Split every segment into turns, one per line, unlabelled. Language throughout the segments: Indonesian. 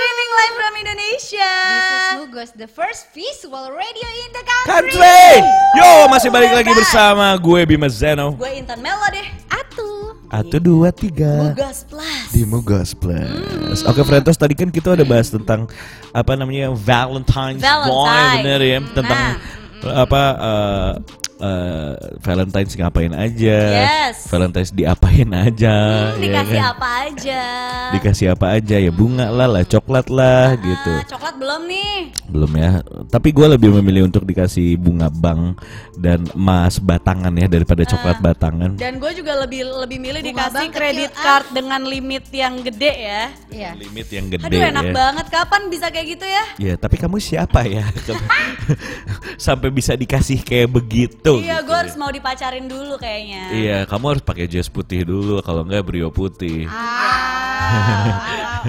live from Indonesia.
This is Lugos, the first visual radio in the country.
Country! Yo, masih balik lagi bersama gue Bima Zeno.
Gue Intan Melody.
Atu.
Atau dua tiga
Lugos Plus.
di Mugos Plus. Oke, Frentos tadi kan kita udah bahas tentang apa namanya Valentine's
Valentine.
Boy, bener ya, tentang
Nah.
apa eh, eh, Valentine's ngapain aja,
Yes.
Valentine's diapain aja, ya
Hmm, Dikasih
kan?
apa aja?
dikasih apa aja ya bunga lah, lah coklat lah gitu.
Ah, coklat belum nih.
Belum ya, tapi gue lebih memilih untuk dikasih bunga bank dan emas batangan ya daripada
Ah.
coklat batangan.
Dan gue juga lebih lebih milih
Bunga
dikasih
bank
kredit
kecil, ah.
card dengan limit yang gede ya.
Iya.
Limit yang gede
Aduh enak
ya.
banget. Kapan bisa kayak gitu ya?
Ya, tapi kamu siapa ya? Sampai bisa dikasih kayak begitu.
Iya, kan?
gitu
gue
ya.
harus mau dipacarin dulu kayaknya.
Iya, kamu harus pakai jas putih dulu kalau enggak brio putih.
Ah.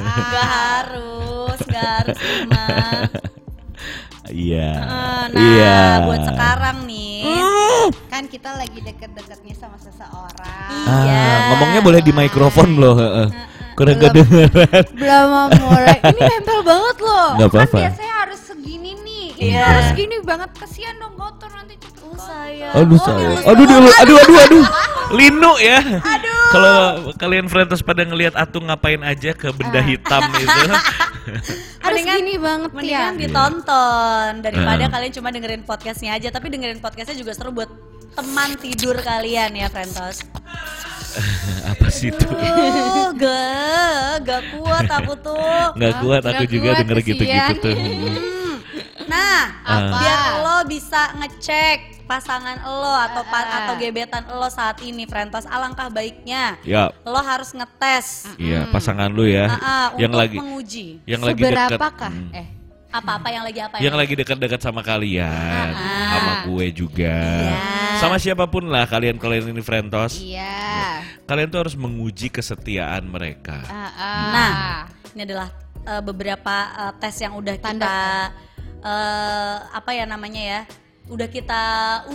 Gak harus, gak harus Ima.
Iya.
Eh, Nah,
Iya.
buat sekarang nih.
Kan kita lagi deket-deketnya sama seseorang.
Ah,
Iya.
ngomongnya boleh di mikrofon loh, heeh. Kurang kedengeran.
Belum mulai. Ini nempel banget
Oh,
loh.
Nggak
kan
apa-apa.
biasanya harus segini nih. Ini
Iya.
harus gini banget. Kesian dong kotor nanti cepet
Oh,
kotor.
sayang.
Aduh
Oh,
saya.
dilus
Aduh,
banget.
aduh, aduh, aduh, aduh. Linu ya. Kalau kalian friends pada ngelihat Atung ngapain aja
Ah.
ke benda hitam itu.
Harus
Mendingan-
gini banget ya.
Mendingan ditonton daripada
Heeh.
kalian cuma dengerin podcastnya aja, tapi dengerin podcastnya juga seru buat teman tidur kalian ya, Frentos.
Apa sih itu?
Oh, gak, gak kuat aku tuh.
Nggak kuat aku
nggak
juga
kuat,
denger
kesian.
gitu-gitu tuh.
Nah,
Apa?
biar lo bisa ngecek pasangan lo atau pa- atau gebetan lo saat ini, Frentos. Alangkah baiknya
Ya,
lo harus ngetes
Iya, pasangan lu ya.
Hmm. ah,
yang
untuk
lagi
menguji
yang lagi dekat.
Seberapakah?
Hmm.
Eh.
apa-apa yang lagi apa
Yang lagi dekat-dekat sama kalian,
Ah.
sama gue juga.
Iya.
Sama siapapun lah kalian kalian ini frentos.
Iya.
Kalian tuh harus menguji kesetiaan mereka.
Ah,
Nah,
ah.
ini adalah eh, beberapa eh, tes yang udah
Tanda.
kita eh, apa ya namanya ya? Udah kita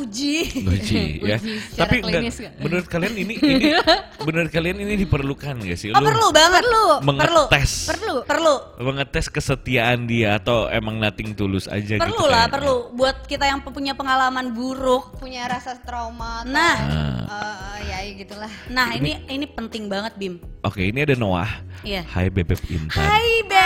uji.
Uji ya.
Uji secara
Tapi enggak-
klinis nggak?
menurut kalian ini ini menurut kalian ini diperlukan gak sih?
Oh,
Lu
perlu banget
Perlu.
Perlu.
mengetes
Perlu.
Perlu.
mengetes kesetiaan dia atau emang nothing tulus aja gitu.
Perlu lah,
kayaknya?
perlu buat kita yang punya pengalaman buruk.
Punya rasa trauma. atau,
Nah.
Ah,
eh, ya ya gitulah.
Nah, ini ini penting banget, Bim.
Oke, ini ada Noah.
Iya.
Hai Bebep Intan.
Hai, Beb.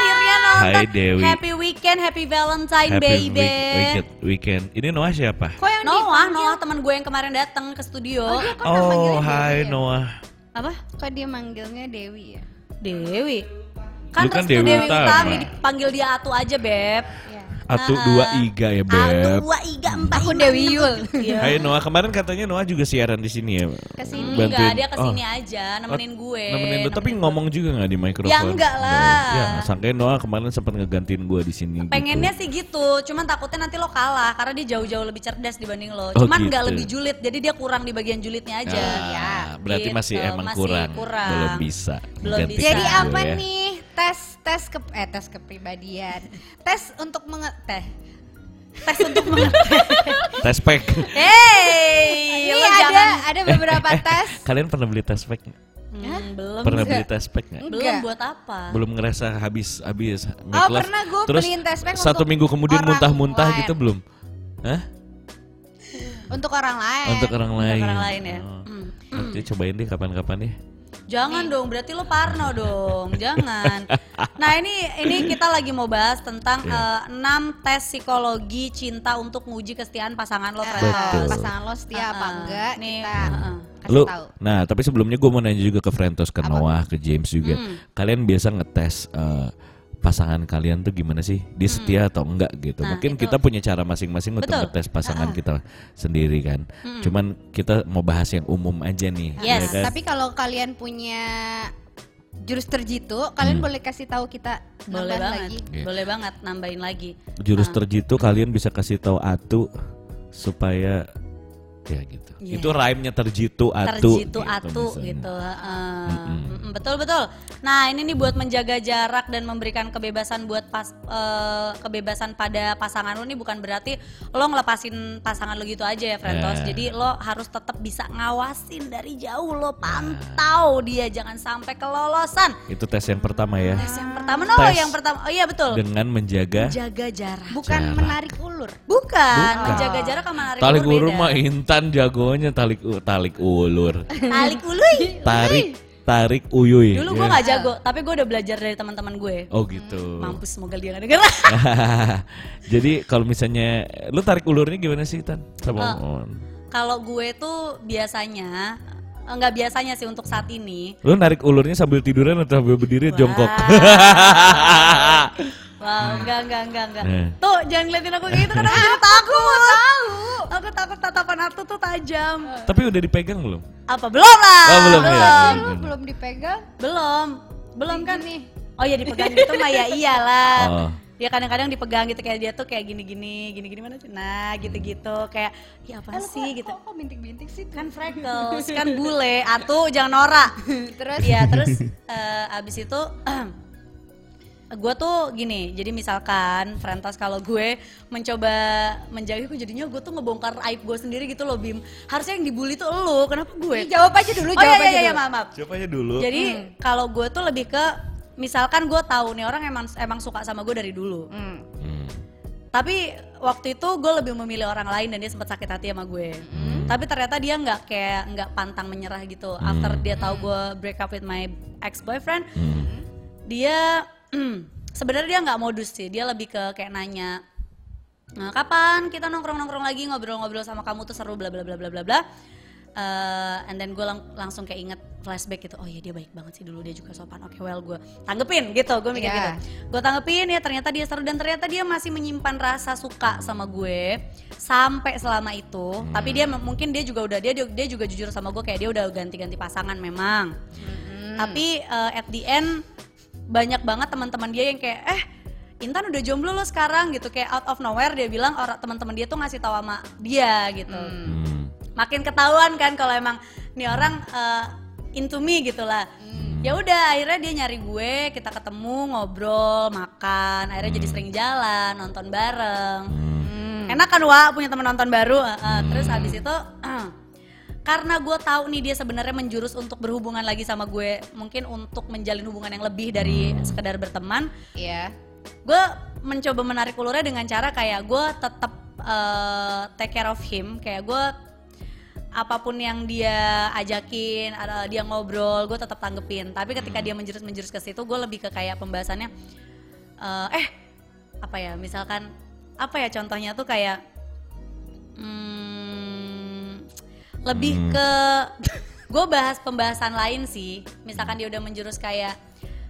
Akhirnya nonton.
Hai, Dewi.
Happy weekend, happy Valentine,
Happy
baby.
week- weekend, weekend. Ini Noah siapa?
Kok yang
Noah,
dipanggil?
Noah teman gue yang kemarin datang ke studio.
Oh, dia kok
Oh,
manggilnya
hai
Dewi ya?
Noah.
Apa?
Kok dia manggilnya Dewi ya?
Dewi. Kan
Bukan
Restu
Dewi
Dewi
Utami.
Utami dipanggil dia Atu aja, Beb.
Iya.
Atu dua iga ya beb. Iya.
dua, iga, empat,
Aku Dewi Yul.
Hai Noah, kemarin katanya Noah juga siaran di sini ya.
Kesini.
Enggak, dia
oh,
kesini aja, nemenin gue. Gitu.
nemenin lu, tapi ngomong juga nggak di mikrofon?
Ya, enggak lah.
Ya, sangkanya Noah kemarin sempat ngegantiin gue di sini. gitu.
Pengennya sih gitu, cuman takutnya nanti lo kalah karena dia jauh-jauh lebih cerdas dibanding lo.
Oh,
Cuman nggak
gitu.
lebih julid, jadi dia kurang di bagian julidnya aja. Ya,
Ah,
gitu,
berarti masih emang
masih
kurang.
kurang.
Belum bisa.
Belum
gantiin
bisa.
Jadi
gue
apa
ya.
nih tes tes ke eh tes kepribadian. Tes untuk mengeteh.
Tes untuk mengerti.
Tes pack.
Hey,
Ini
Iya, lo
ada
jangan.
ada beberapa tes.
Kalian pernah beli tes pack? nggak?
Hmm, belum.
Pernah
Enggak.
beli tes pack nggak?
Belum
Enggak.
buat apa?
Belum ngerasa habis habis.
Oh, pernah gua
Terus
beliin tes pack
satu
untuk
minggu kemudian
orang
muntah-muntah
lain.
gitu belum? Hah?
Untuk orang lain.
Untuk orang
Eh, Untuk
lain.
orang lain ya.
Oh.
Hmm.
Nanti cobain deh kapan-kapan ya. deh.
Jangan dong, berarti lo parno dong. Jangan. Nah, ini ini kita lagi mau bahas tentang
Iya.
eh, enam tes psikologi cinta untuk nguji kesetiaan pasangan lo
Eh,
Iya. Betul.
Frentos.
pasangan lo setia apa
Uh-uh.
enggak
Nih,
kita
uh-uh.
kasih
Lu,
tahu.
nah tapi sebelumnya gue mau nanya juga ke Frentos, ke Noah, ke James juga.
Hmm.
Kalian biasa ngetes eh, pasangan kalian tuh gimana sih? Dia setia atau enggak gitu? Mungkin kita punya cara masing-masing untuk
Hmm. Nah, Betul. Ah. Hmm.
ngetes pasangan kita sendiri kan. Cuman kita mau bahas yang umum aja nih,
Yes.
ya kan?
Tapi kalau kalian punya jurus terjitu,
Hmm.
kalian boleh kasih tahu kita
Boleh
nambah
banget.
lagi.
Iya.
Boleh banget nambahin lagi. Ah.
Jurus terjitu kalian bisa kasih tahu Atu supaya ya gitu.
Iya.
Itu rhyme-nya terjitu atu.
terjitu atu gitu. heeh.
Mm-mm.
Mm-mm, Betul betul. Nah ini nih buat menjaga jarak dan memberikan kebebasan buat pas eh, kebebasan pada pasangan lo nih bukan berarti lo ngelepasin pasangan lo gitu aja ya Frentos.
Nah.
Jadi lo harus tetap bisa ngawasin dari jauh
Ya.
lo pantau dia jangan sampai kelolosan.
Itu tes yang pertama ya.
Tes yang pertama no
Tes.
yang pertama. Oh iya betul.
Dengan menjaga
Jaga jarak.
Bukan
Jarak.
menarik ulur.
Bukan,
Bukan.
menjaga jarak sama narik
talik
ulur
ulur
beda.
mah Intan jagonya talik u- talik ulur.
Talik ului.
Tarik tarik uyuy.
Dulu
ya.
gue gak jago, tapi gue udah belajar dari teman-teman gue.
Oh gitu.
Mampus semoga dia gak denger.
Jadi kalau misalnya lu tarik ulurnya gimana sih Tan?
Oh.
Sama Oon.
Kalau gue tuh biasanya eh, nggak biasanya sih untuk saat ini.
Lu narik ulurnya sambil tiduran atau sambil berdiri jongkok? Hmm.
Wah, enggak enggak enggak enggak.
Eh.
Tuh, jangan ngeliatin aku gitu karena aku takut. Tahu. Aku takut tatapan aku tuh tajam.
Tapi udah dipegang belum?
Apa belum lah?
Oh, belum ya.
belum.
Lu belum dipegang.
Belum. Belum kan?
Nih.
Oh ya dipegang gitu mah ya iyalah.
Oh.
Ya kadang-kadang dipegang gitu kayak dia tuh kayak gini-gini, gini-gini mana sih? Nah, gitu-gitu kayak ya apa sih gitu.
Kok bintik-bintik sih? tuh?
kan freckles kan bule atu jangan norak
Terus?
ya terus eh, abis itu gue tuh gini jadi misalkan Frentos kalau gue mencoba menjaga gue jadinya gue tuh ngebongkar aib gue sendiri gitu loh Bim harusnya yang dibully tuh lo kenapa
Ih,
gue
Jawab aja dulu,
oh iya
jawab
iya
aja
iya
dulu.
maaf maaf
Siapa aja dulu.
jadi kalau gue tuh lebih ke misalkan gue tahu nih orang emang emang suka sama gue dari dulu
Hmm.
tapi waktu itu gue lebih memilih orang lain dan dia sempat sakit hati sama gue tapi ternyata dia nggak kayak nggak pantang menyerah gitu after dia tahu gue break up with my ex boyfriend
hmm.
dia hmm, sebenarnya dia nggak modus sih dia lebih ke kayak nanya "Nah, kapan kita nongkrong nongkrong lagi ngobrol-ngobrol sama kamu tuh seru bla bla bla bla bla bla Eh, and then gue lang- langsung kayak inget flashback gitu oh iya dia baik banget sih dulu dia juga sopan oke well gue tanggepin gitu gue mikir
Iya.
gitu gue tanggepin ya ternyata dia seru dan ternyata dia masih menyimpan rasa suka sama gue sampai selama itu tapi dia m- mungkin dia juga udah dia dia juga jujur sama gue kayak dia udah ganti-ganti pasangan memang
Hmm.
tapi eh, at the end banyak banget teman-teman dia yang kayak eh Intan udah jomblo lo sekarang gitu kayak out of nowhere dia bilang orang teman-teman dia tuh ngasih tahu sama dia gitu
Hmm.
Hmm.
makin ketahuan kan kalau emang nih orang eh, into me gitulah. Ya udah akhirnya dia nyari gue, kita ketemu, ngobrol, makan, akhirnya jadi sering jalan, nonton bareng. Enak kan Wa punya teman nonton baru. eh, eh. Terus habis itu karena gue tahu nih dia sebenarnya menjurus untuk berhubungan lagi sama gue, mungkin untuk menjalin hubungan yang lebih dari sekedar berteman
Iya.
gue mencoba menarik ulurnya dengan cara kayak gue tetap eh, take care of him kayak gue apapun yang dia ajakin ada- dia ngobrol gue tetap tanggepin tapi
Hmm.
ketika dia menjurus menjurus ke situ gue lebih ke kayak pembahasannya eh, eh apa ya misalkan apa ya contohnya tuh kayak hmm, lebih
Hmm.
ke gue bahas pembahasan lain sih misalkan dia udah menjurus kayak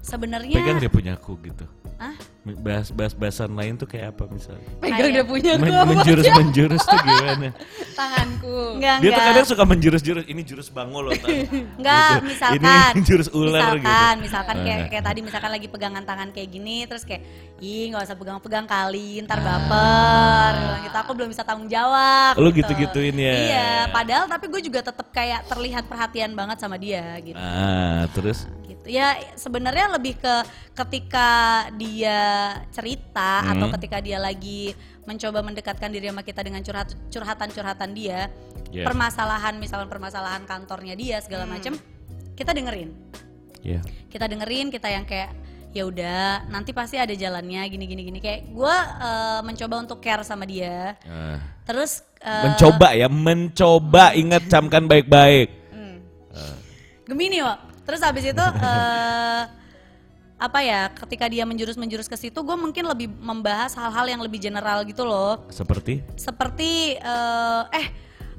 sebenarnya
Pegang dia punya aku gitu.
Ya. Hah?
Bahas bahas bahasan lain tuh kayak apa misalnya?
Pegang udah punya
Men-
gua
menjurus menjurus tuh gimana?
tanganku.
Enggak,
Dia tuh
enggak.
kadang suka menjurus-jurus. Ini jurus bango loh. Tan.
Enggak,
Gitu.
misalkan.
Ini jurus ular gitu.
misalkan, Misalkan kayak
Eh.
kayak tadi misalkan lagi pegangan tangan kayak gini terus kayak ih nggak usah pegang-pegang kali,
Ah.
ntar baper. Dia bilang gitu aku belum bisa tanggung jawab. gitu.
Lu gitu-gituin ya.
Iya, padahal tapi gue juga tetap kayak terlihat perhatian banget sama dia gitu.
Ah, terus
gitu. Ya sebenarnya lebih ke ketika dia cerita
Hmm.
atau ketika dia lagi mencoba mendekatkan diri sama kita dengan curhat curhatan-curhatan dia,
Yes.
permasalahan misalkan permasalahan kantornya dia segala macem kita dengerin.
ya.
Kita dengerin, kita yang kayak ya udah, nanti pasti ada jalannya gini gini gini kayak gua eh, mencoba untuk care sama dia.
Ah.
Terus eh,
mencoba ya, mencoba ingat camkan baik-baik.
Hmm.
Gemini Wak. Terus habis itu eh apa ya? Ketika dia menjurus menjurus ke situ, gue mungkin lebih membahas hal-hal yang lebih general gitu loh.
Seperti
Seperti eh, eh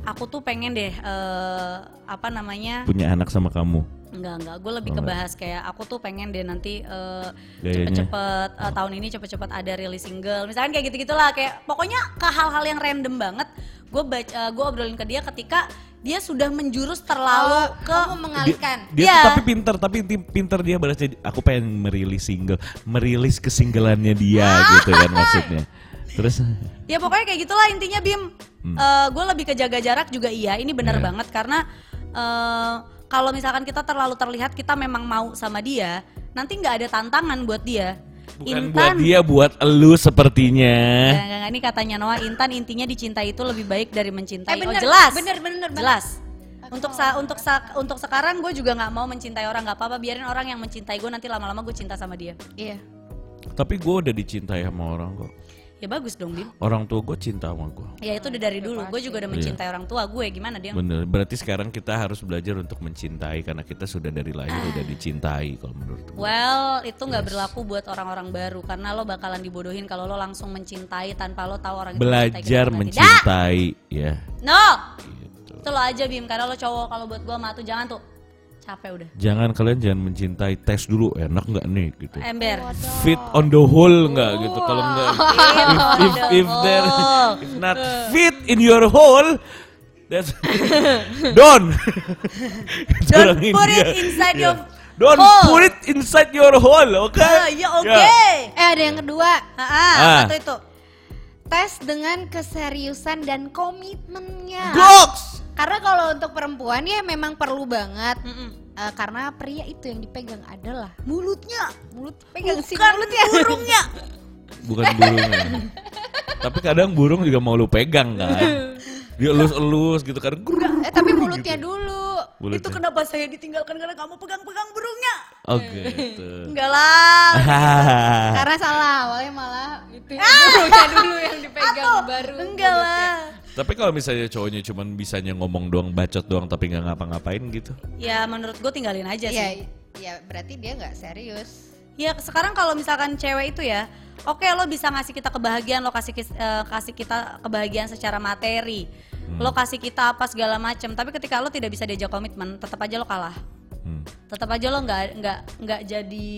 aku tuh pengen deh eh apa namanya?
punya anak sama kamu.
Enggak enggak, gue lebih kebahas kayak aku tuh pengen deh nanti eh,
Gayanya.
cepet-cepet eh, tahun ini cepet-cepet ada rilis single, misalkan kayak gitu-gitulah kayak pokoknya ke hal-hal yang random banget gue baca gue obrolin ke dia ketika dia sudah menjurus terlalu
Kalau
ke
Eh, kamu mengalihkan.
Dia
Iya.
tuh tapi pinter, tapi inti- pinter dia balasnya aku pengen merilis single, merilis kesinggelannya dia gitu kan maksudnya. Terus
Ya pokoknya kayak gitulah intinya Bim. Eh, gue lebih ke jaga jarak juga iya. Ini benar
Hmm. Iya.
banget karena eh, kalau misalkan kita terlalu terlihat kita memang mau sama dia, nanti nggak ada tantangan buat dia.
bukan buat dia ya. buat elu sepertinya.
Nggak, nggak, nggak. ini katanya Noah Intan intinya dicinta itu lebih baik dari mencintai.
Eh, bener,
oh, jelas.
bener, bener, bener.
Jelas. Untuk sa untuk sa- untuk sekarang gue juga nggak mau mencintai orang nggak apa-apa biarin orang yang mencintai gue nanti lama-lama gue cinta sama dia.
Iya.
Tapi gue udah dicintai sama orang kok.
Ya bagus dong Bim.
Orang tua gue cinta sama gue.
Ya itu udah dari dulu. Gue juga
Iya.
udah mencintai orang tua gue. Gimana dia?
Bener. Berarti sekarang kita harus belajar untuk mencintai karena kita sudah dari lahir
Ah.
udah dicintai kalau menurut gue.
Well, itu nggak berlaku buat orang-orang baru karena lo bakalan dibodohin kalau lo langsung mencintai tanpa lo tahu orang itu mencintai kita
Belajar
apa tidak.
mencintai, ya. gitu.
No, itu lo aja Bim karena lo cowok kalau buat gue mah tuh jangan tuh capek udah.
Jangan kalian jangan mencintai tes dulu enak nggak nih gitu.
Ember.
Fit on the whole nggak gitu. Kalau nggak if, if, if there
Oh.
if not fit in your hole that's don't Itu
Don't
orang
put it
India.
inside
Yeah.
your
don't
hole.
put it inside your hole, oke?
Ah, ya oke.
Yeah.
Eh ada yang kedua.
Ah, ah,
Ah.
satu itu.
Tes dengan keseriusan dan komitmennya.
Goks.
Karena kalau untuk perempuan ya memang perlu banget.
Mm-mm.
Eh, karena pria itu yang dipegang adalah mulutnya. Mulut pegang sih
Bukan
mulutnya.
burungnya.
Bukan burung. ya. Tapi kadang burung juga mau lu pegang kan. Dia elus-elus gitu kan. Grrrr.
Eh tapi mulutnya dulu.
Itu
Mulutnya.
kenapa saya ditinggalkan karena kamu pegang-pegang burungnya?
Oh gitu.
Enggak lah.
Ah.
Karena salah awalnya malah itu mulutnya dulu yang dipegang baru.
Enggak lah.
Tapi kalau misalnya cowoknya cuman bisanya ngomong doang, bacot doang tapi nggak ngapa-ngapain gitu.
Ya menurut gue tinggalin aja sih.
Iya, ya berarti dia nggak serius.
Ya sekarang kalau misalkan cewek itu ya, oke lo bisa ngasih kita kebahagiaan, lo kasih kis- eh, kasih kita kebahagiaan secara materi, lo kasih kita apa segala macam. Tapi ketika lo tidak bisa diajak komitmen, tetap aja lo kalah.
Hmm.
Tetap aja lo nggak nggak nggak jadi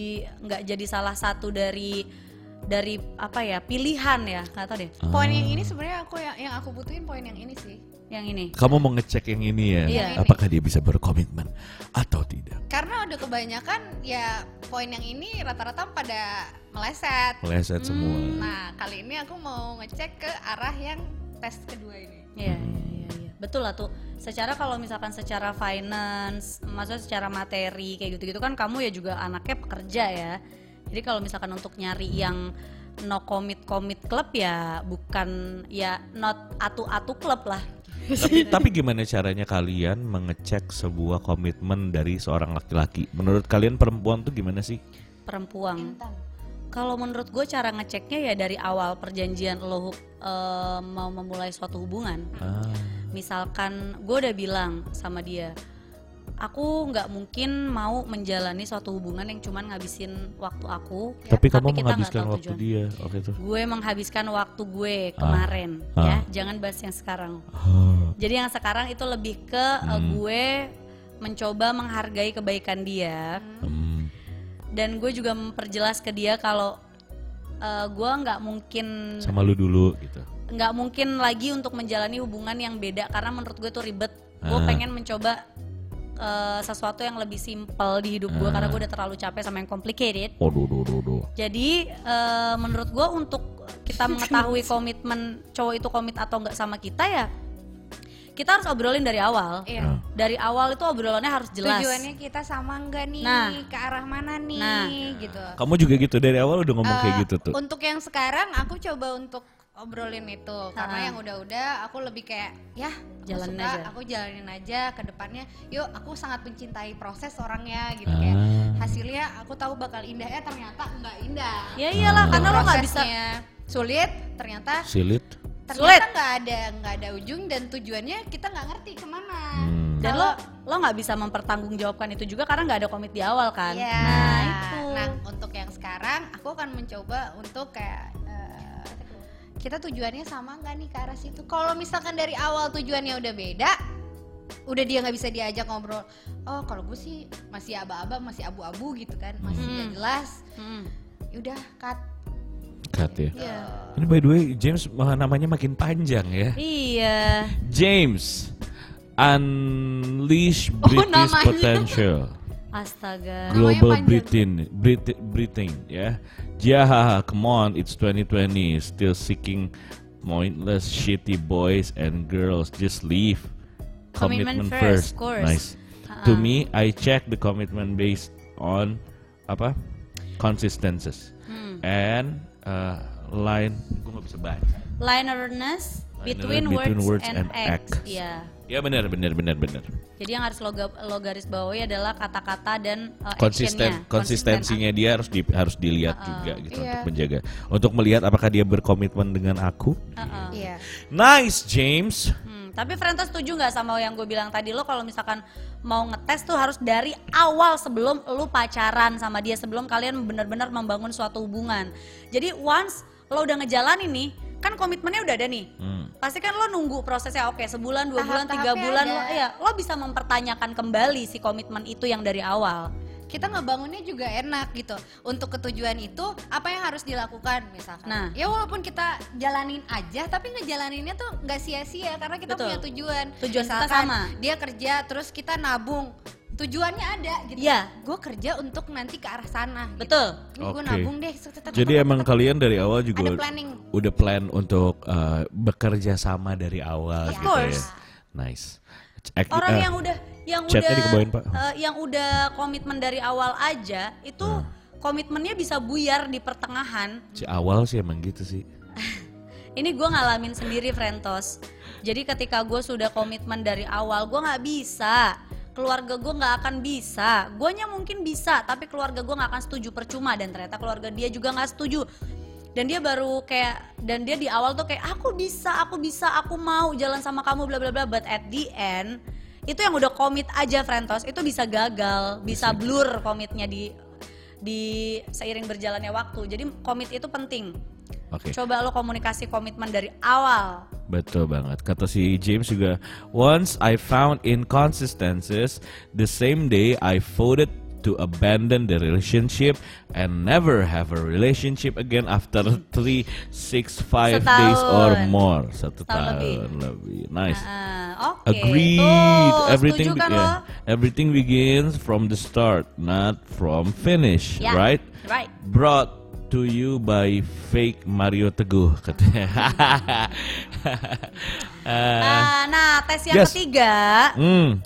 nggak jadi salah satu dari dari apa ya pilihan ya nggak tau deh
Poin yang ini sebenarnya aku yang, yang aku butuhin poin yang ini sih.
yang ini.
Kamu mau ngecek yang ini ya,
Iya.
apakah dia bisa berkomitmen atau tidak?
Karena udah kebanyakan ya poin yang ini rata-rata pada meleset.
Meleset
Hmm,
semua.
Nah, kali ini aku mau ngecek ke arah yang tes kedua ini.
Iya, iya, iya. Betul lah tuh. Secara kalau misalkan secara finance, maksudnya secara materi kayak gitu-gitu kan kamu ya juga anaknya pekerja ya. Jadi kalau misalkan untuk nyari yang no commit commit club ya bukan ya not atu-atu klub lah.
tapi, tapi gimana caranya kalian mengecek sebuah komitmen dari seorang laki-laki? Menurut kalian perempuan tuh gimana sih?
Iya.
Perempuan. Kalau menurut gue cara ngeceknya ya dari awal perjanjian lo eh, mau memulai suatu hubungan.
Ah,
Ya, misalkan gue udah bilang sama dia aku nggak mungkin mau menjalani suatu hubungan yang cuman ngabisin waktu aku tapi
tapi kamu
kita nggak
menghabiskan
tahu
waktu
tujuan.
dia waktu itu.
gue menghabiskan waktu gue kemarin
Ah.
ya jangan bahas yang sekarang
Hmm.
jadi yang sekarang itu lebih ke eh, gue mencoba menghargai kebaikan dia
Hmm.
dan gue juga memperjelas ke dia kalau eh, gue nggak mungkin
Sama lu dulu gitu.
nggak mungkin lagi untuk menjalani hubungan yang beda karena menurut gue itu ribet. Gue
Ah.
pengen mencoba eh, sesuatu yang lebih simpel di hidup gue karena gue udah terlalu capek sama yang complicated.
Waduh, duh, duh, duh.
Jadi eh, menurut gue untuk kita mengetahui komitmen cowok itu komit atau nggak sama kita ya kita harus obrolin dari awal.
Iya.
Nah.
Dari awal itu obrolannya harus jelas.
Tujuannya kita sama enggak nih?
Nah.
Ke arah mana nih?
Nah.
Gitu.
Kamu juga gitu dari awal udah ngomong kayak
Eh,
gitu tuh.
Untuk yang sekarang aku coba untuk obrolin itu karena yang udah-udah aku lebih kayak ya aku
Ah. Jalanin
suka,
aja.
aku jalanin aja ke depannya. Yuk, aku sangat mencintai proses orangnya gitu kayak.
Ah.
Hasilnya aku tahu bakal indah eh ternyata enggak indah.
Ya iyalah karena lo nggak bisa.
Prosesnya sulit, ternyata
Silit.
Sulit.
ternyata nggak ada nggak ada ujung dan tujuannya kita nggak ngerti kemana.
Hmm.
Dan lo lo nggak bisa mempertanggungjawabkan itu juga karena nggak ada komit di awal kan.
Ya,
Nah, itu.
Nah, untuk yang sekarang aku akan mencoba untuk kayak eh, kita tujuannya sama nggak nih ke arah situ. Kalau misalkan dari awal tujuannya udah beda, udah dia nggak bisa diajak ngobrol. Oh, kalau gue sih masih aba-aba, masih abu-abu gitu kan, masih nggak jelas.
Hmm.
Yaudah, cut.
Cut ya.
Iya.
Ini by the way James eh, namanya makin panjang ya.
Iya.
James Unleash British
Oh, namanya.
Potential
Astaga.
Global
panjang.
Britain, Brit- Britain, ya. Yeah, come on, it's 2020, still seeking pointless shitty boys and girls. Just leave.
Commitment first, of course. Uh-uh.
Nice. To me, I check the commitment based on apa? Consistences
Hmm.
and uh, line. Gue nggak bisa baca.
Line awareness between,
between
words,
words
and,
and
acts.
acts.
Iya.
Ya benar, benar, benar, benar.
Jadi yang harus lo, ga- lo garis bawahi adalah kata-kata dan uh, actionnya. Uh-uh.
konsisten konsistensinya dia harus di- harus dilihat juga gitu
Iya.
untuk menjaga untuk melihat apakah dia berkomitmen dengan aku
Heeh.
Iya.
nice James
Hmm, tapi Frento setuju nggak sama yang gue bilang tadi lo kalau misalkan mau ngetes tuh harus dari awal sebelum lo pacaran sama dia sebelum kalian benar-benar membangun suatu hubungan. Jadi once lo udah ngejalanin nih, kan komitmennya udah ada nih.
Hmm.
Pasti kan lo nunggu prosesnya oke sebulan, dua bulan, tiga
Tahap-tahapnya
bulan,
ada.
lo, ya lo bisa mempertanyakan kembali si komitmen itu yang dari awal.
Kita ngebangunnya juga enak gitu. Untuk ketujuan itu apa yang harus dilakukan misalkan.
Nah.
Ya walaupun kita jalanin aja tapi ngejalaninnya tuh nggak sia-sia karena kita
Betul.
punya tujuan.
Tujuan kita
Misalkan
sama.
Dia kerja terus kita nabung. Tujuannya ada gitu.
Iya.
Gue kerja untuk nanti ke arah sana. gitu.
Betul.
Ini gue
Oke.
nabung deh. set, set, set,
jadi
set,
emang
set, set.
kalian dari awal
ada
juga
planning.
udah plan untuk eh, bekerja sama dari awal
Of
gitu
course.
ya nice Act-
orang
eh,
yang udah yang
chatnya
udah
dikebawain, Pak.
eh, yang udah komitmen dari awal aja itu
Ah.
komitmennya bisa buyar di pertengahan.
si awal sih emang gitu sih
Ini gue ngalamin sendiri Frentos. Jadi ketika gue sudah komitmen dari awal gue nggak bisa keluarga gue nggak akan bisa guanya mungkin bisa tapi keluarga gue nggak akan setuju percuma dan ternyata keluarga dia juga nggak setuju dan dia baru kayak dan dia di awal tuh kayak aku bisa aku bisa aku mau jalan sama kamu bla bla bla but at the end itu yang udah komit aja Frentos itu bisa gagal bisa blur komitnya di di seiring berjalannya waktu jadi komit itu penting
oke
Coba lo komunikasi komitmen dari awal.
Betul banget. Kata si James juga, once I found inconsistencies, the same day I voted to abandon the relationship and never have a relationship again after three, six, five days or
Setahun.
more. Satu
Setahun lebih.
tahun lebih. Nice.
Ah, Oke.
Agreed.
Tuh,
everything
setuju kan
be-
lo?
yeah. everything begins from the start, not from finish,
Ya,
right?
right.
Brought to you by fake Mario Teguh katanya. Eh,
Ah, nah, tes yang
Yes.
ketiga.
hmm.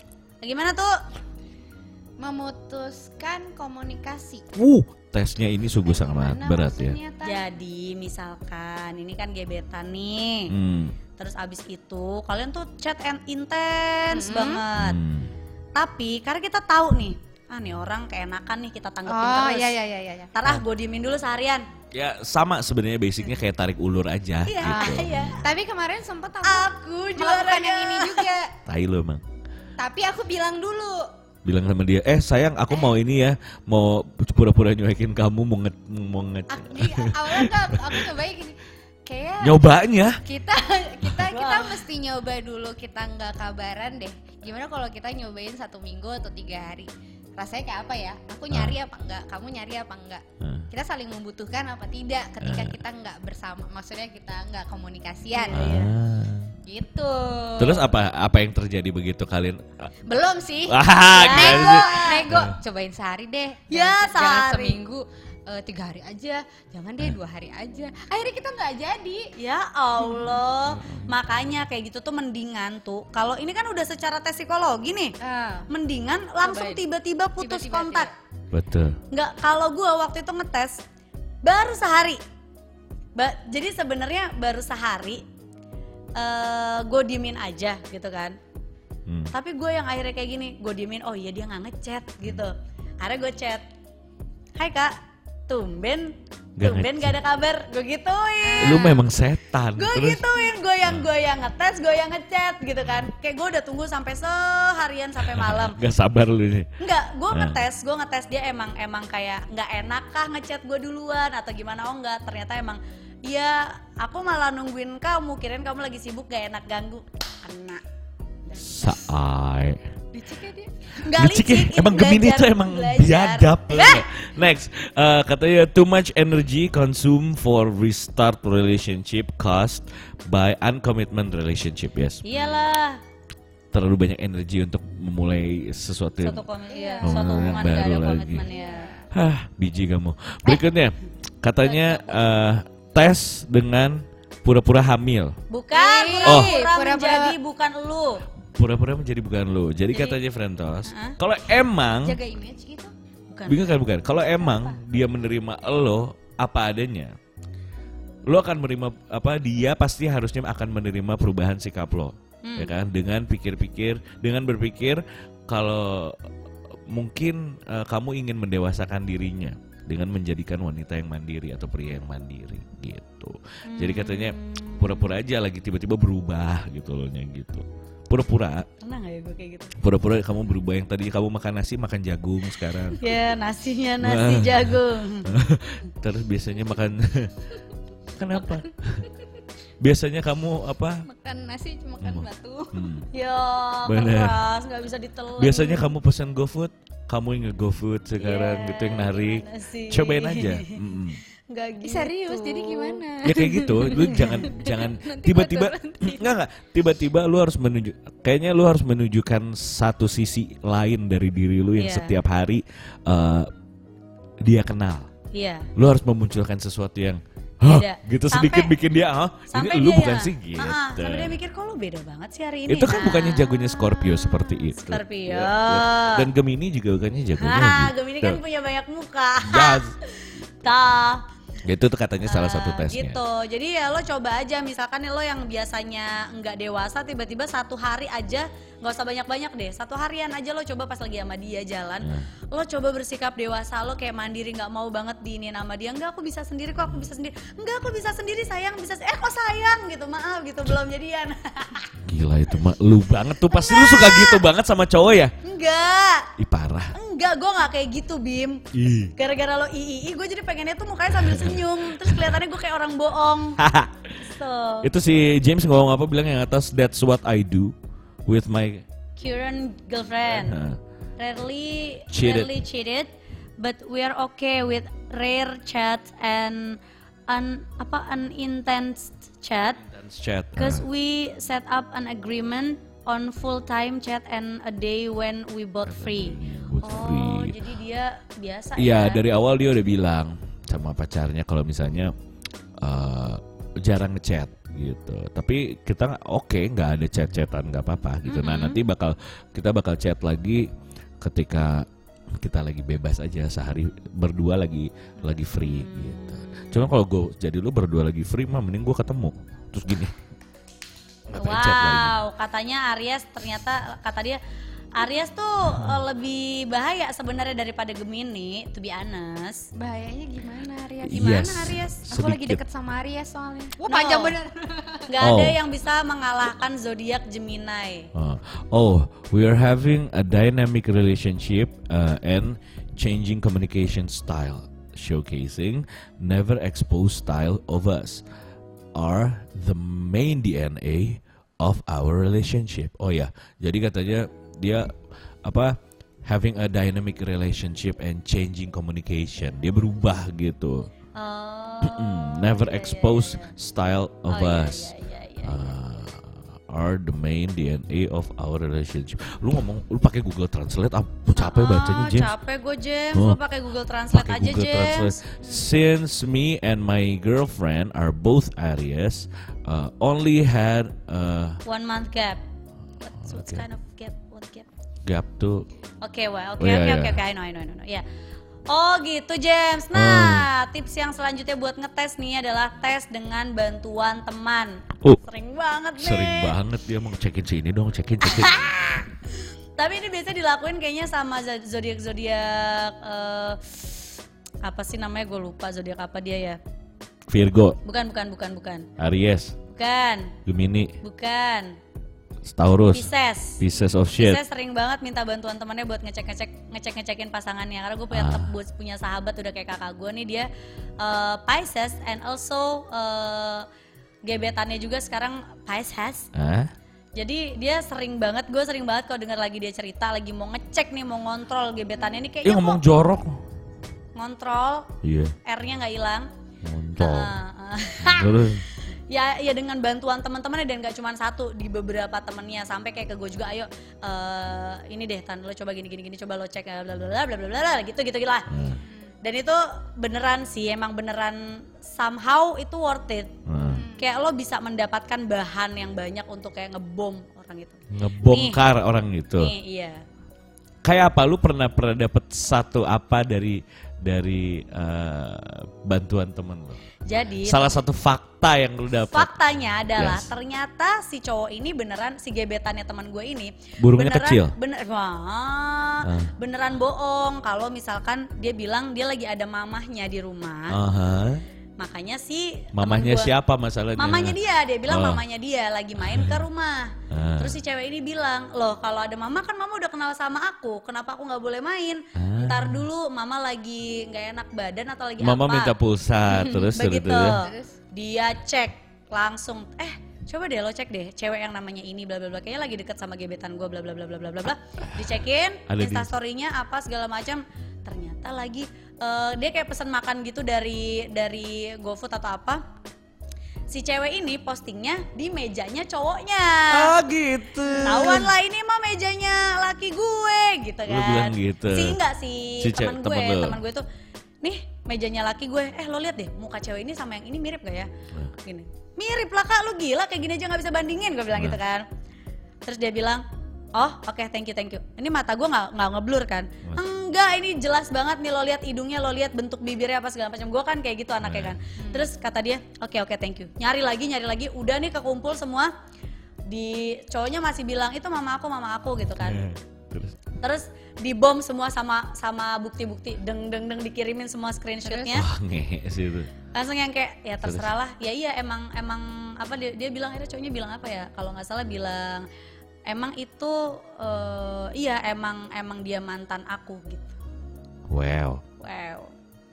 Gimana tuh?
memutuskan komunikasi.
Uh, tesnya ini sungguh sangat
Mana
berat ya.
maksudnya, Tan?
Jadi misalkan ini kan gebetan nih.
Hmm.
Terus abis itu kalian tuh chat and intense banget.
hmm.
Tapi karena kita tahu nih, ah nih orang keenakan nih kita tanggepin
Oh
terus.
iya iya iya iya.
Ntar ah gue diemin dulu seharian.
Ya sama sebenarnya basicnya kayak tarik ulur aja
Iya,
gitu.
iya.
Tapi kemarin sempet aku
Ah, Aku
melakukan yang ini
juaranya.
juga.
Tai lo emang.
Tapi aku bilang dulu.
Bilang sama dia, "Eh sayang, aku mau ini ya, mau pura-pura nyuekin kamu mau nge, mau nge-
Aku, di awalnya tuh aku, aku nyobain gini. Kayak
nyobanya."
kita kita kita
Wow.
mesti nyoba dulu kita nggak kabaran deh. Gimana kalau kita nyobain satu minggu atau tiga hari? Rasanya kayak apa ya? Aku nyari
Ah.
apa enggak? Kamu nyari apa enggak?
Hmm.
Kita saling membutuhkan apa tidak ketika kita nggak bersama? Maksudnya kita nggak komunikasian
Ah.
gitu.
Terus apa apa yang terjadi begitu kalian?
Belum sih.
Ah,
nego,
gimana sih? Nah.
nego. Cobain sehari deh.
Ya,
Jangan- Jangan
sehari.
seminggu. eh, tiga hari aja, jangan deh dua hari aja. Akhirnya kita nggak jadi.
Ya Allah, makanya kayak gitu tuh mendingan tuh. Kalau ini kan udah secara tes psikologi nih,
Ah,
mendingan langsung
Cobain.
tiba-tiba putus
Tiba-tiba,
kontak.
Betul.
Nggak, kalau gua waktu itu ngetes baru sehari. Ba- jadi sebenarnya baru sehari, eh gue diemin aja gitu kan.
Hmm.
Tapi gue yang akhirnya kayak gini, gue diemin, oh iya dia nggak ngechat gitu. Akhirnya gue chat, Hai kak, tumben,
Nggak
tumben gak ada kabar, gue gituin
Lu memang setan.
gue
Terus Nah.
gituin gue yang gue yang ngetes gue yang ngechat gitu kan kayak gue udah tunggu sampai seharian sampai malam
gak sabar lu nih.
Enggak, gue
Nah.
ngetes, gue ngetes dia emang emang kayak nggak enak kah ngechat gue duluan atau gimana oh enggak ternyata emang iya aku malah nungguin kamu kirain kamu lagi sibuk gak enak ganggu kena
Saai.
licik ya dia.
nggak
Licik ya,
itu
emang Gemini
belajar,
itu emang
belajar.
biadab. Next, eh, katanya too much energy consumed for restart relationship caused by uncommitment relationship. Yes.
iyalah
terlalu banyak energi untuk memulai sesuatu yang
Suatu komitmen, iya. Suatu
Komitmen Oh, yang
hubungan nggak
baru
ada
lagi.
komitmen ya.
Hah, biji kamu. Berikutnya, katanya eh, tes dengan pura-pura hamil.
Bukan
Ih,
pura-pura
pura-pura.
menjadi bukan lu.
Pura-pura menjadi bukan lo. Jadi katanya Frentos, kalau emang,
Jaga image gitu.
Bukan.
bingung kan bukan? Kalau emang dia menerima lo apa adanya, lo akan menerima apa? Dia pasti harusnya akan menerima perubahan sikap lo, ya kan? Dengan pikir-pikir, dengan berpikir kalau mungkin eh, kamu ingin mendewasakan dirinya dengan menjadikan wanita yang mandiri atau pria yang mandiri gitu. Jadi katanya pura-pura aja lagi tiba-tiba berubah gitu loh gitu. Pura-pura,
Pernah nggak ya gue kayak gitu?
pura-pura kamu berubah yang tadi kamu makan nasi makan jagung sekarang.
Ya nasinya
Nah.
nasi jagung.
Terus biasanya makan kenapa? biasanya kamu apa?
Makan nasi cuma makan batu.
Hmm.
Ya
Bener.
keras nggak bisa ditelan.
Biasanya kamu pesan GoFood, kamu yang nge-GoFood sekarang
Ya,
gitu yang narik.
gimana sih?
Cobain aja. Mm-mm.
Nggak
Ih,
gitu.
Serius, jadi gimana?
ya kayak gitu lu jangan jangan
Nanti
tiba-tiba
gua
enggak enggak tiba-tiba lu harus menuju kayaknya lu harus menunjukkan satu sisi lain dari diri lu yang
Iya.
setiap hari eh, dia kenal
Iya.
lu harus memunculkan sesuatu yang "Hah?"
Beda.
gitu
Sampai-
sedikit bikin dia "Hah? ini
Sampai
lu
dia
bukan
ya,
sih gitu
ah, sampai dia mikir kok lu beda banget sih hari ini.
itu kan
Nah,
bukannya jagonya Scorpio seperti itu
Scorpio.
Ya, ya. dan Gemini juga bukannya jagonya
Hah,
gitu.
Gemini kan punya banyak muka.
Yes.
Tah.
itu tuh katanya salah satu
Ah,
tesnya
Gitu. Jadi ya lo coba aja misalkan nih lo yang biasanya nggak dewasa tiba-tiba satu hari aja nggak usah banyak-banyak deh. Satu harian aja lo coba pas lagi sama dia jalan. Lo coba bersikap dewasa lo kayak mandiri nggak mau banget diinin sama dia. Enggak aku bisa sendiri kok, aku bisa sendiri. Enggak aku bisa sendiri sayang, bisa se- eh kok sayang gitu. Maaf gitu belum jadian.
gila itu mah lu banget tuh pasti lu suka gitu banget sama cowok ya
enggak.
Ih parah.
Enggak, gue nggak kayak gitu Bim.
Ih.
Gara-gara lo ii, gue jadi pengennya tuh mukanya sambil senyum, terus kelihatannya gue kayak orang bohong. So.
Itu si James ngomong apa bilang yang atas that's what I do with my uh,
current girlfriend.
Heeh.
Rarely
Cheated.
rarely cheated, but we are okay with rare chat and un apa unintense chat
dance chat.
because
Ah.
we set up an agreement on full time chat and a day when we both free.
Good
Oh,
iya, free.
jadi dia biasa
Iya
ya.
dari awal dia udah bilang sama pacarnya kalau misalnya eh, jarang ngechat gitu. Tapi kita nggak- oke nggak ada chat-chatan nggak apa-apa gitu. Nah nanti bakal kita bakal chat lagi ketika kita lagi bebas aja sehari berdua lagi lagi free gitu. Cuma kalau gue jadi lu berdua lagi free mah mending gue ketemu terus gini. Ngapain chat lagi?
Wow, katanya Aries ternyata kata dia Aries tuh eh, lebih bahaya sebenarnya daripada Gemini, to be honest.
Bahayanya gimana Aries?
Gimana,
Gimana
Yes,
Aries?
Aries?
Aku lagi
sedikit.
deket sama Aries soalnya. Wah
No.
panjang bener.
Gak
Oh.
ada yang bisa mengalahkan zodiak Gemini.
Uh, oh, we are having a dynamic relationship uh, and changing communication style, showcasing never expose style of us are the main DNA of our relationship. Oh ya, jadi katanya dia apa having a dynamic relationship and changing communication. Dia berubah gitu.
Oh,
Mm, never expose style of us
iya,
uh, are the main DNA of our relationship. Lu ngomong, lu pakai Google Translate, ah, gua capek bacanya
ah,
James.
capek gue James, lo
Oh.
pakai Google Translate
Pakai
aja
Google
James.
Translate. Since me and my girlfriend are both Aries, uh, only had uh,
One month gap. What's, what's kind of gap? What gap?
gap tuh.
Oke, well, oke,
Oh, iya,
oke,
iya.
oke, oke, I know, I know, I know, ya. Oh gitu James. Nah, tips yang selanjutnya buat ngetes nih adalah tes dengan bantuan teman.
Oh,
Sering banget nih.
sering banget dia mau cekin sini dong, cekin cekin.
Tapi ini biasanya dilakuin kayaknya sama zo- zodiak-zodiak eh, apa sih namanya gue lupa zodiak apa dia ya?
Virgo,
Bukan, bukan, bukan, bukan.
Aries,
Bukan.
Gemini,
Bukan.
Taurus,
Pisces.
Pisces of shit.
Saya sering banget minta bantuan temannya buat ngecek-ngecek ngecek-ngecekin pasangannya karena gue punya
Ah.
tep- buat- punya sahabat udah kayak kakak gue nih dia eh, Pisces and also eh, gebetannya juga sekarang Pisces.
Hah?
Jadi dia sering banget, gue sering banget kalau denger lagi dia cerita, lagi mau ngecek nih, mau ngontrol gebetannya nih
Dia
kayaknya
ngomong
Iya kok
jorok.
ngontrol
Iya,
R-nya nggak hilang.
Oh. ngontol.
Ah, ah.
Terus
ya ya dengan bantuan teman-temannya dan gak cuma satu di beberapa temennya sampai kayak ke gue juga ayo eh, ini deh tan lo coba gini gini gini coba lo cek ya, bla bla bla bla bla bla bla," gitu gitu gila dan itu beneran sih emang beneran somehow itu worth it
Nah,
kayak lo bisa mendapatkan bahan yang banyak untuk kayak ngebom orang itu
ngebongkar orang gitu.
nih iya
Kayak apa lu pernah pernah dapet satu apa dari dari eh, bantuan temen lu?
jadi
Salah satu fakta yang lu dapet.
Faktanya adalah
Yes.
ternyata si cowok ini beneran si gebetannya teman gue ini
Burungnya
beneran,
kecil.
Bener, wah,
Ah.
beneran bohong kalau misalkan dia bilang dia lagi ada mamahnya di rumah.
Aha.
Makanya si teman
Ah. Mamahnya
gua-
siapa masalahnya?
Mamanya dia, dia bilang
Oh.
mamanya dia lagi main ke rumah.
Ah.
Terus si cewek ini bilang, loh kalau ada mama kan mama udah kenal sama aku, kenapa aku nggak boleh main?
Ah.
Ntar dulu mama lagi nggak enak badan atau lagi
Mama
apa?
minta pulsa terus gitu ya. terus.
begitu Nah,
terus.
Terus?
dia cek langsung eh coba deh lo cek deh cewek yang namanya ini bla bla bla kayaknya lagi deket sama gebetan gue bla bla bla bla bla bla bla dicekin
Ada di-
instastorynya apa segala macam ternyata lagi eh, dia kayak pesan makan gitu dari dari GoFood atau apa si cewek ini postingnya di mejanya cowoknya
Ah gitu.
Tahuan lah ini mah mejanya laki gue gitu
Lu
kan.
bilang gitu.
Si enggak sih
Si
teman
cewek-
gue,
temen lu.
teman gue tuh nih mejanya laki gue. Eh lo lihat deh muka cewek ini sama yang ini mirip gak ya? Gini. Mirip lah kak lu gila kayak gini aja nggak bisa bandingin gue bilang gitu kan. Terus dia bilang, "Oh, oke thank you thank you." Ini mata gue nggak nggak ngeblur kan? Enggak, ini jelas banget nih lo lihat hidungnya, lo lihat bentuk bibirnya apa segala macam. Gue kan kayak gitu anaknya kan. Terus kata dia, "Oke oke thank you." Nyari lagi, nyari lagi, udah nih kekumpul semua. Di cowoknya masih bilang, "Itu mama aku, mama aku" gitu kan
Eh, Terus.
terus dibom semua sama sama bukti-bukti deng deng deng dikirimin semua screenshotnya
Wah ngehe sih itu.
langsung yang kayak ya terserah lah ya iya emang emang apa dia, dia bilang akhirnya cowoknya bilang apa ya kalau nggak salah bilang emang itu eh, iya emang emang dia mantan aku gitu
Wow.
wow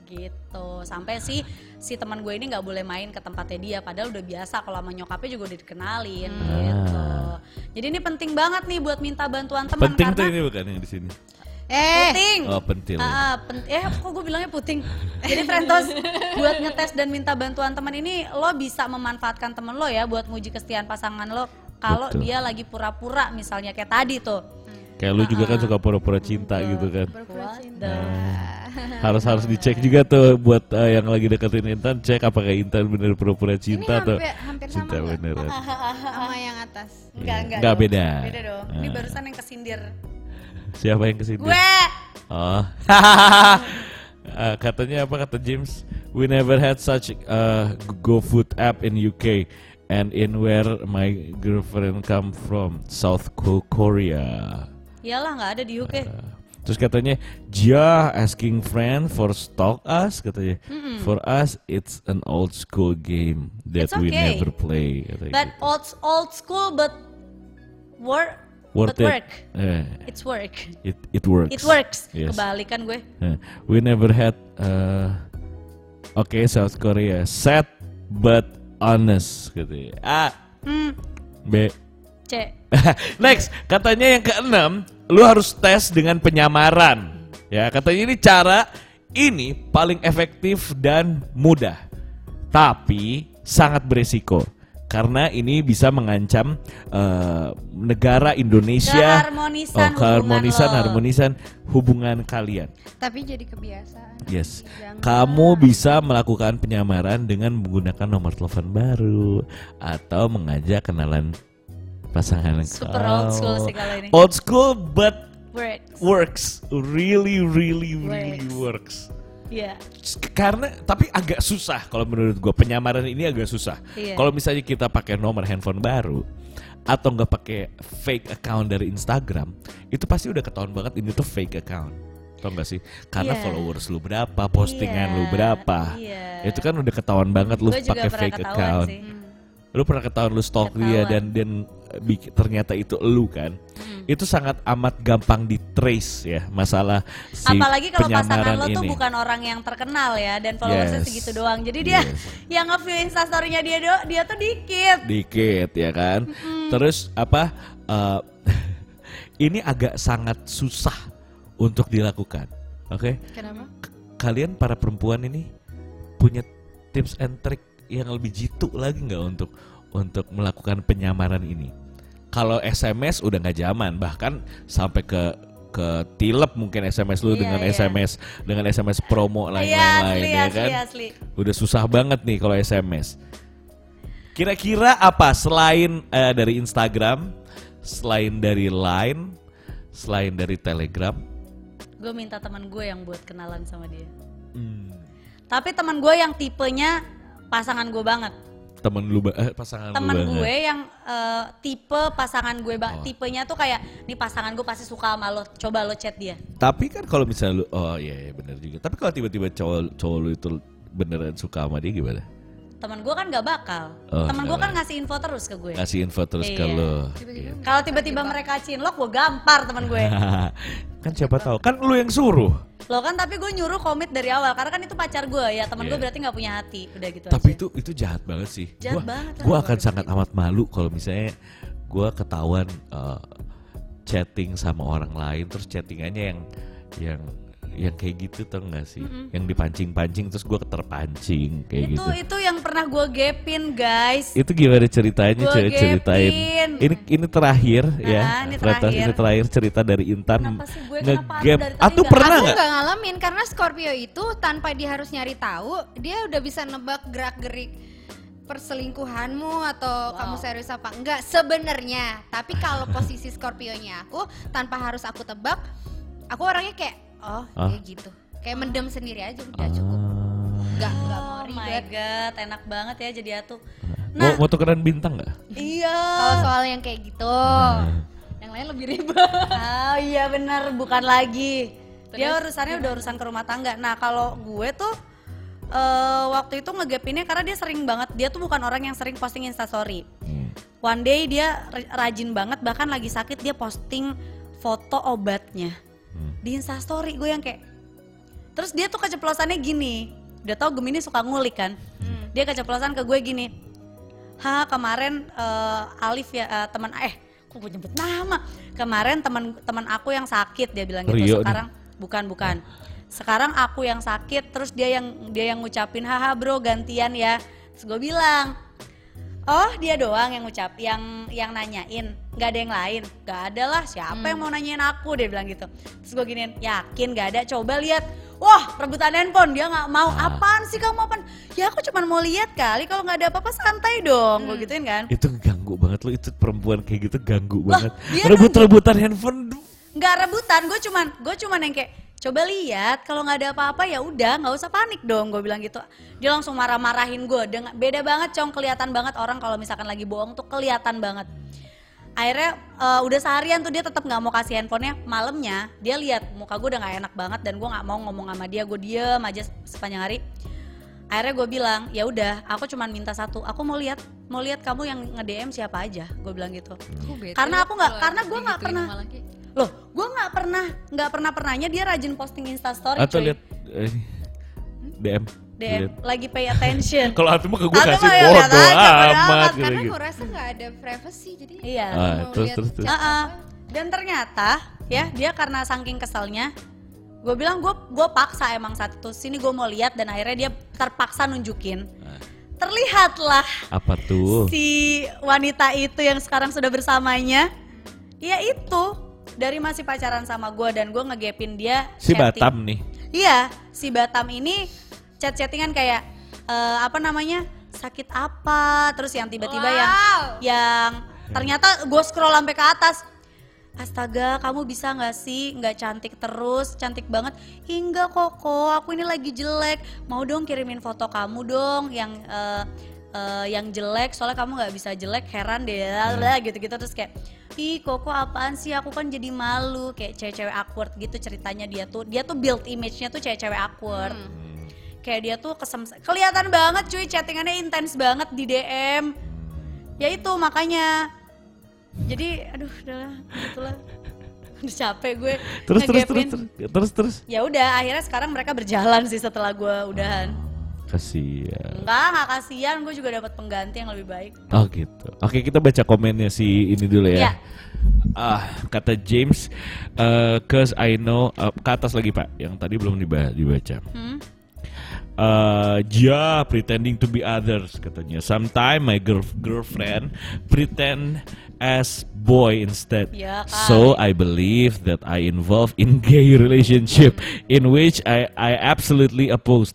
gitu sampai si si teman gue ini nggak boleh main ke tempatnya dia padahal udah biasa kalau sama nyokapnya juga udah dikenalin gitu jadi ini penting banget nih buat minta bantuan teman
Penting tuh
karena
ini bukan yang di sini.
Eh,
penting
Oh pentil.
Ah, ah, pen- eh kok gue bilangnya puting. Jadi Trentos buat ngetes dan minta bantuan teman ini lo bisa memanfaatkan temen lo ya buat nguji kesetiaan pasangan lo kalau
Betul.
dia lagi pura-pura misalnya kayak tadi tuh.
Kayak lu juga
Ah.
kan suka pura-pura cinta gitu kan.
What the-
Harus harus dicek juga tuh buat eh, yang lagi deketin Intan cek apakah Intan bener pura-pura cinta atau
hampir- hampir sama
cinta
nggak?
beneran.
sama yang atas.
Enggak, enggak.
Enggak
dong.
beda.
Beda dong. Ini
Ah.
barusan yang kesindir.
Siapa yang kesini?
Gue
Oh. Eh, katanya apa kata James? We never had such uh, GoFood app in UK and in where my girlfriend come from, South Ko- Korea.
iyalah nggak ada di UK.
Terus katanya Gia asking friend for stock us katanya. For us it's an old school game
It's
that we
okay.
never play. katanya
But
gitu.
old old school but work but
worth it.
work.
Eh,
It's work.
it it works.
It works.
Yes.
Kebalikan gue.
Eh, We never had uh, okay South Korea sad but honest katanya. Ah, A
Hmm,
B
C.
Next, katanya yang keenam, lu harus tes dengan penyamaran. Ya, katanya ini cara ini paling efektif dan mudah. Tapi sangat beresiko karena ini bisa mengancam eh, negara Indonesia Oh,
Keharmonisan hubungan
keharmonisan
lo.
harmonisan hubungan kalian.
Tapi jadi kebiasaan.
Yes.
Jangan.
Kamu bisa melakukan penyamaran dengan menggunakan nomor telepon baru atau mengajak kenalan pasangan
Super
kau.
old school
Oh.
sih kalau ini.
Old school but
Works.
works. Really really really works.
Iya.
Karena tapi agak susah kalau menurut gue penyamaran ini agak susah.
Iya.
Kalau misalnya kita pakai nomor handphone baru atau nggak pakai fake account dari Instagram, itu pasti udah ketahuan banget ini tuh fake account. Tau gak sih? Karena
Iya.
followers lu berapa, postingan
Iya,
lu berapa.
iya.
Itu kan udah ketahuan banget lu
Gue juga
pakai
pernah
fake
ketahuan
account. Hmm.
sih.
Lu pernah ketahuan lu stalk dia
Ketahuan. Hmm.
dan dan eh, bik- ternyata itu lu kan. Itu sangat amat gampang di trace ya masalah si
Apalagi kalau pasangan
penyamaran
lo tuh
ini.
bukan orang yang terkenal ya dan followersnya
Yes.
segitu doang. Jadi dia
Yes.
yang nge-view instastorynya dia do, dia tuh dikit.
dikit ya kan.
Hmm.
Terus apa? eh, ini agak sangat susah untuk dilakukan. Oke,
Kenapa?
K- kalian para perempuan ini punya tips and trick yang lebih jitu lagi nggak untuk untuk melakukan penyamaran ini? Kalau SMS udah nggak zaman, bahkan sampai ke ke tilep mungkin SMS lu
Iya,
dengan
iya.
SMS dengan SMS promo
Iya,
lain-lain
asli,
ya
asli,
kan?
asli.
Udah susah banget nih kalau SMS. Kira-kira apa selain eh, dari Instagram, selain dari Line, selain dari Telegram?
Gue minta teman gue yang buat kenalan sama dia.
Hmm,
Tapi teman gue yang tipenya pasangan gue banget.
temen lu ba- eh, pasangan lu
Teman
banget.
gue yang eh, tipe pasangan gue, ba-
Oh.
tipenya tuh kayak nih pasangan gue pasti suka sama lo, coba lo chat dia.
Tapi kan kalau misalnya lu oh iya iya, bener juga. Tapi kalau tiba-tiba cowok cowok lu itu beneran suka sama dia gimana?
Teman gue kan gak bakal.
Oh,
teman gue
nggak
kan ngasih info terus ke gue.
Kasih info terus ke
Iya.
lu.
Tiba-tiba
Iya.
minta
Kalau tiba-tiba mereka cinlok gue gampar teman gue.
kan siapa tahu kan lu yang suruh.
Lo kan tapi gue nyuruh komit dari awal karena kan itu pacar gue ya teman gue
Iya.
berarti nggak punya hati udah gitu
Tapi
aja.
itu itu jahat banget sih.
Jahat
gua,
banget lah
Gua
kalau
akan sangat amat malu kalau misalnya gua ketahuan eh, chatting sama orang lain terus chattingannya yang yang yang kayak gitu tau gak sih? Yang dipancing-pancing terus gua terpancing
itu
kayak gitu.
itu yang pernah gue gepin guys.
Itu gimana ceritanya
Gua
coba ceritain.
gapin. Ah,
Ini ini terakhir ya.
ini
Ternyata
terakhir.
ini terakhir cerita dari Intan.
Kenapa sih gue,
nge-gap.
kenapa aku dari tadi
Ah, tuh
nggak-
pernah
Aku
nggak?
nggak ngalamin karena Scorpio itu tanpa dia harus nyari tahu, dia udah bisa nebak gerak gerik perselingkuhanmu atau kamu serius apa enggak sebenarnya. Tapi kalau posisi Scorpionya aku tanpa harus aku tebak, aku orangnya kayak oh
Ah.
ya gitu, kayak mendem sendiri aja udah cukup. Enggak, enggak mau
Oh my
ribet. god.
god, enak banget ya jadi atuh.
Mau,
Nah,
mau tukeran bintang nggak?
iya.
Kalau soal yang kayak gitu,
Nah.
yang lain lebih ribet.
Oh iya benar, bukan lagi. Dia urusannya udah urusan ke rumah tangga. Nah, kalau gue tuh eh, waktu itu ngegapinnya karena dia sering banget, dia tuh bukan orang yang sering posting instastory.
Hmm.
One day dia ra- rajin banget, bahkan lagi sakit dia posting foto obatnya
Hmm.
di instastory. Gue yang kayak, terus dia tuh keceplosannya gini. Udah tau Gemini suka ngulik kan?
Hmm.
Dia keceplosan ke gue gini. Ha kemarin eh, Alif ya eh, teman eh kok gue nyebut nama. Kemarin teman teman aku yang sakit dia bilang
Rio
gitu.
nih.
Sekarang bukan bukan. Sekarang aku yang sakit terus dia yang dia yang ngucapin haha bro gantian ya. Terus gue bilang Oh dia doang yang ngucap, yang yang nanyain, nggak ada yang lain, nggak ada lah siapa yang mau nanyain aku dia bilang gitu. Terus gue giniin, yakin nggak ada, coba lihat. Wah rebutan handphone dia nggak mau, apaan sih kamu apaan? Ya aku cuma mau lihat kali, kalau nggak ada apa-apa santai dong, gue gituin kan.
Itu ganggu banget lo, itu perempuan kayak gitu ganggu banget.
dia kan
Rebut-rebutan handphone. duh.
Nggak rebutan, gue cuman gue cuman yang kayak coba lihat, kalau nggak ada apa-apa ya udah, nggak usah panik dong, gue bilang gitu. Dia langsung marah-marahin gue, dengan beda banget cong kelihatan banget orang kalau misalkan lagi bohong tuh kelihatan banget. akhirnya eh, udah seharian tuh dia tetap nggak mau kasih handphonenya malamnya dia lihat muka gue udah nggak enak banget dan gue nggak mau ngomong sama dia gue diem aja se- sepanjang hari akhirnya gue bilang ya udah aku cuman minta satu aku mau lihat mau lihat kamu yang nge DM siapa aja gue bilang gitu Karena aku nggak- karena gua nggak pernah- loh gue nggak pernah nggak pernah pernahnya dia rajin posting instastory
Atau
cuy.
lihat eh, DM.
DM
Lihat.
lagi pay attention
Kalau hati mah ke gue
Atau
kasih
mau ya lihat
bodoh
aja, kan bodo
amat
amat,
gitu.
Karena
gitu.
aku rasa nggak ada privacy jadi.
iya
Ah,
mau
terus
lihat
terus terus.
chat.
Heeh. Dan ternyata ya dia karena saking keselnya, gue bilang gue gue paksa emang saat itu sini gue mau lihat dan akhirnya dia terpaksa nunjukin.
Ah.
Terlihatlah
Apa tuh?
si wanita itu yang sekarang sudah bersamanya, ya itu dari masih pacaran sama gue dan gue ngegepin dia.
Si
chatting.
Batam nih.
Iya, si Batam ini chat-chattingan kayak eh, apa namanya sakit apa, terus yang tiba-tiba ya. yang
Wow.
yang ternyata gue scroll sampai ke atas Astaga, kamu bisa nggak sih nggak cantik terus, cantik banget. Hingga koko, aku ini lagi jelek. Mau dong kirimin foto kamu dong yang eh, eh, yang jelek. Soalnya kamu nggak bisa jelek, heran deh. lah, Gitu-gitu terus kayak, ih koko apaan sih? Aku kan jadi malu kayak cewek-cewek awkward gitu ceritanya dia tuh. Dia tuh build image-nya tuh cewek-cewek awkward.
Hmm.
Kayak dia tuh kesem kelihatan banget cuy chattingannya intens banget di DM. Ya itu makanya. Jadi aduh udahlah gitulah. Udah capek gue.
Terus terus terus
ngegapin.
terus terus terus.
Ya udah akhirnya sekarang mereka berjalan sih setelah gue udahan.
Kasihan.
Enggak, enggak kasihan, gue juga dapat pengganti yang lebih baik.
Oh gitu. Oke kita baca komennya si ini dulu
Iya.
ya. Ah kata James, eh, cause I know eh, ke atas lagi pak, yang tadi belum diba- dibaca.
Hmm?
uh, Gia pretending to be others katanya. Sometime my girl girlfriend pretend as boy instead.
Ya, Kak.
So I believe that I involved in gay relationship in which I I absolutely opposed.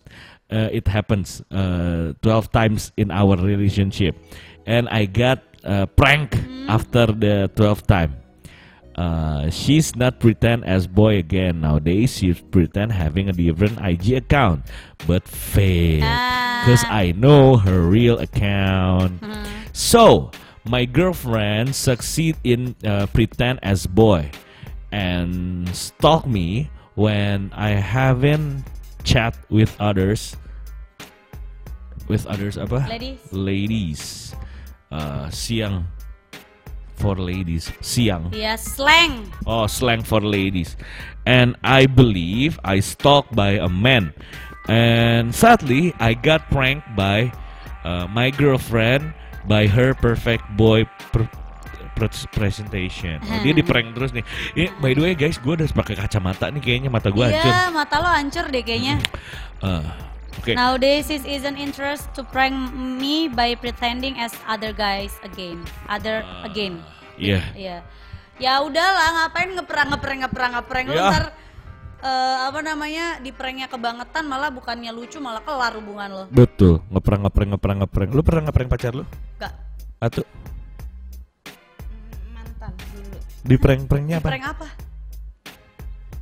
Uh, it happens uh, 12 times in our relationship and I got uh, prank after the 12th time. Uh, she's not pretend as boy again nowadays. She pretend having a different IG account, but failed because I know her real account. So my girlfriend succeed in uh, pretend as boy and stalk me when I haven't chat with others. With others apa?
Ladies.
Ladies. Uh, siang. For ladies. Siang.
Iya, slang.
Oh, slang for ladies. And I believe I stalked by a man. And sadly, I got pranked by uh, my girlfriend by her perfect boy pr- pr- presentation. Oh, dia di prank terus nih. Ini, by the way guys, gue udah pakai kacamata nih kayaknya mata gue hancur.
Iya, mata lo hancur deh kayaknya.
Eh, Oke.
Nowadays it is an interest to prank me by pretending as other guys again. Other
Ah.
again.
Iya.
Iya. Ya udahlah, ngapain ngeprank ngeprank ngeprank ngeprank lu
Ya.
ntar eh, apa namanya di pranknya kebangetan malah bukannya lucu malah kelar hubungan lo.
Betul. Ngeprank ngeprank ngeprank ngeprank. Lu pernah ngeprank pacar lu?
Gak
Atau
mantan dulu
di prank-pranknya apa?
prank apa?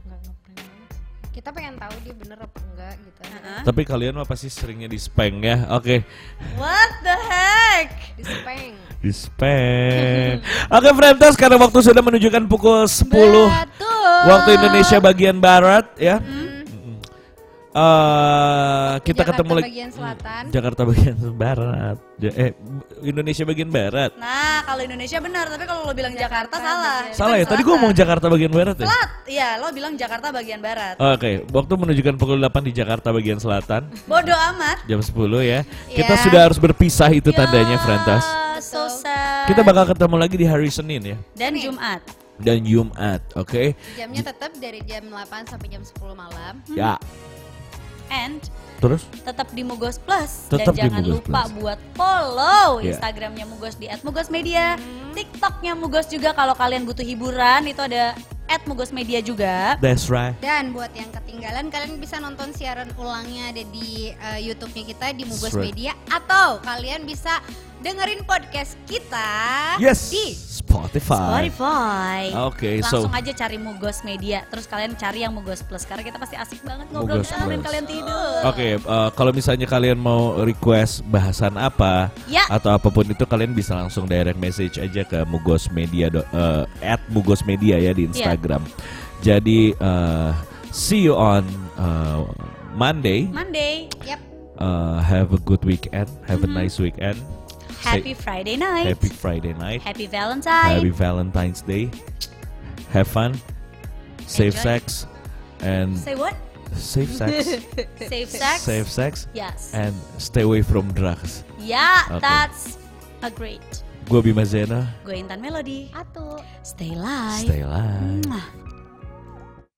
nggak ngeprank banget. kita pengen tahu dia bener apa enggak gitu
Hah?
Tapi kalian mah pasti seringnya di spank ya. Oke.
What the heck?
di speng
Respect. Oke, Fremtas, karena waktu sudah menunjukkan pukul 10
Betul.
waktu Indonesia bagian barat ya. Mm-mm. Eh, kita
Jakarta
ketemu lagi
bagian selatan
Jakarta bagian barat. Ja- eh Indonesia bagian barat.
Nah, kalau Indonesia benar, tapi kalau lo bilang Jakarta, salah.
Salah ya, tadi gua ngomong Jakarta bagian barat ya.
Selat, iya lo bilang Jakarta bagian barat.
Oke, waktu menunjukkan pukul 8 di Jakarta bagian selatan
Bodoh amat.
jam 10 ya. Kita
Iya.
sudah harus berpisah itu
Ya.
tandanya Frantas.
Ah, so
Betul.
sad.
Kita bakal ketemu lagi di hari Senin ya
Dan Jumat.
dan Jumat, oke?
jamnya tetap dari jam 8 sampai jam 10 malam
Ya.
And
Terus
tetap di Mugos Plus
Tetap di
dan jangan
Mugos
lupa
Plus.
buat follow
Iya.
Instagramnya Mugos di @mugosmedia, TikToknya Mugos juga kalau kalian butuh hiburan itu ada @mugosmedia juga.
that's right.
dan buat yang ketinggalan kalian bisa nonton siaran ulangnya ada di eh, YouTube-nya kita di Mugos
That's right.
Media atau kalian bisa dengerin podcast kita
Yes.
di
Spotify.
Spotify.
Oke, so-
Langsung aja cari Mugos Media, terus kalian cari yang Mugos Plus karena kita pasti asik banget ngobrol
Mugos
kalian
Plus.
kalian tidur.
Oke, eh, kalau misalnya kalian mau request bahasan apa
Ya.
atau apapun itu kalian bisa langsung direct message aja ke mugosmedia do- eh, at mugosmedia ya di Instagram. Jadi eh, see you on eh, Monday.
Monday,
Yap.
Eh, have a good weekend. Have a nice weekend.
Mm-hmm. happy Friday night.
Happy Friday night.
Happy Valentine.
Happy Valentine's Day. Have fun. Safe
Enjoy.
sex and
Say what?
safe sex.
Safe sex?
Safe sex
Yes.
and stay away from drugs.
Yeah,
Okay.
that's a great.
Gue Bima Zena.
Gue Intan Melody.
Atuh.
Stay live.
Stay live.
Mwah.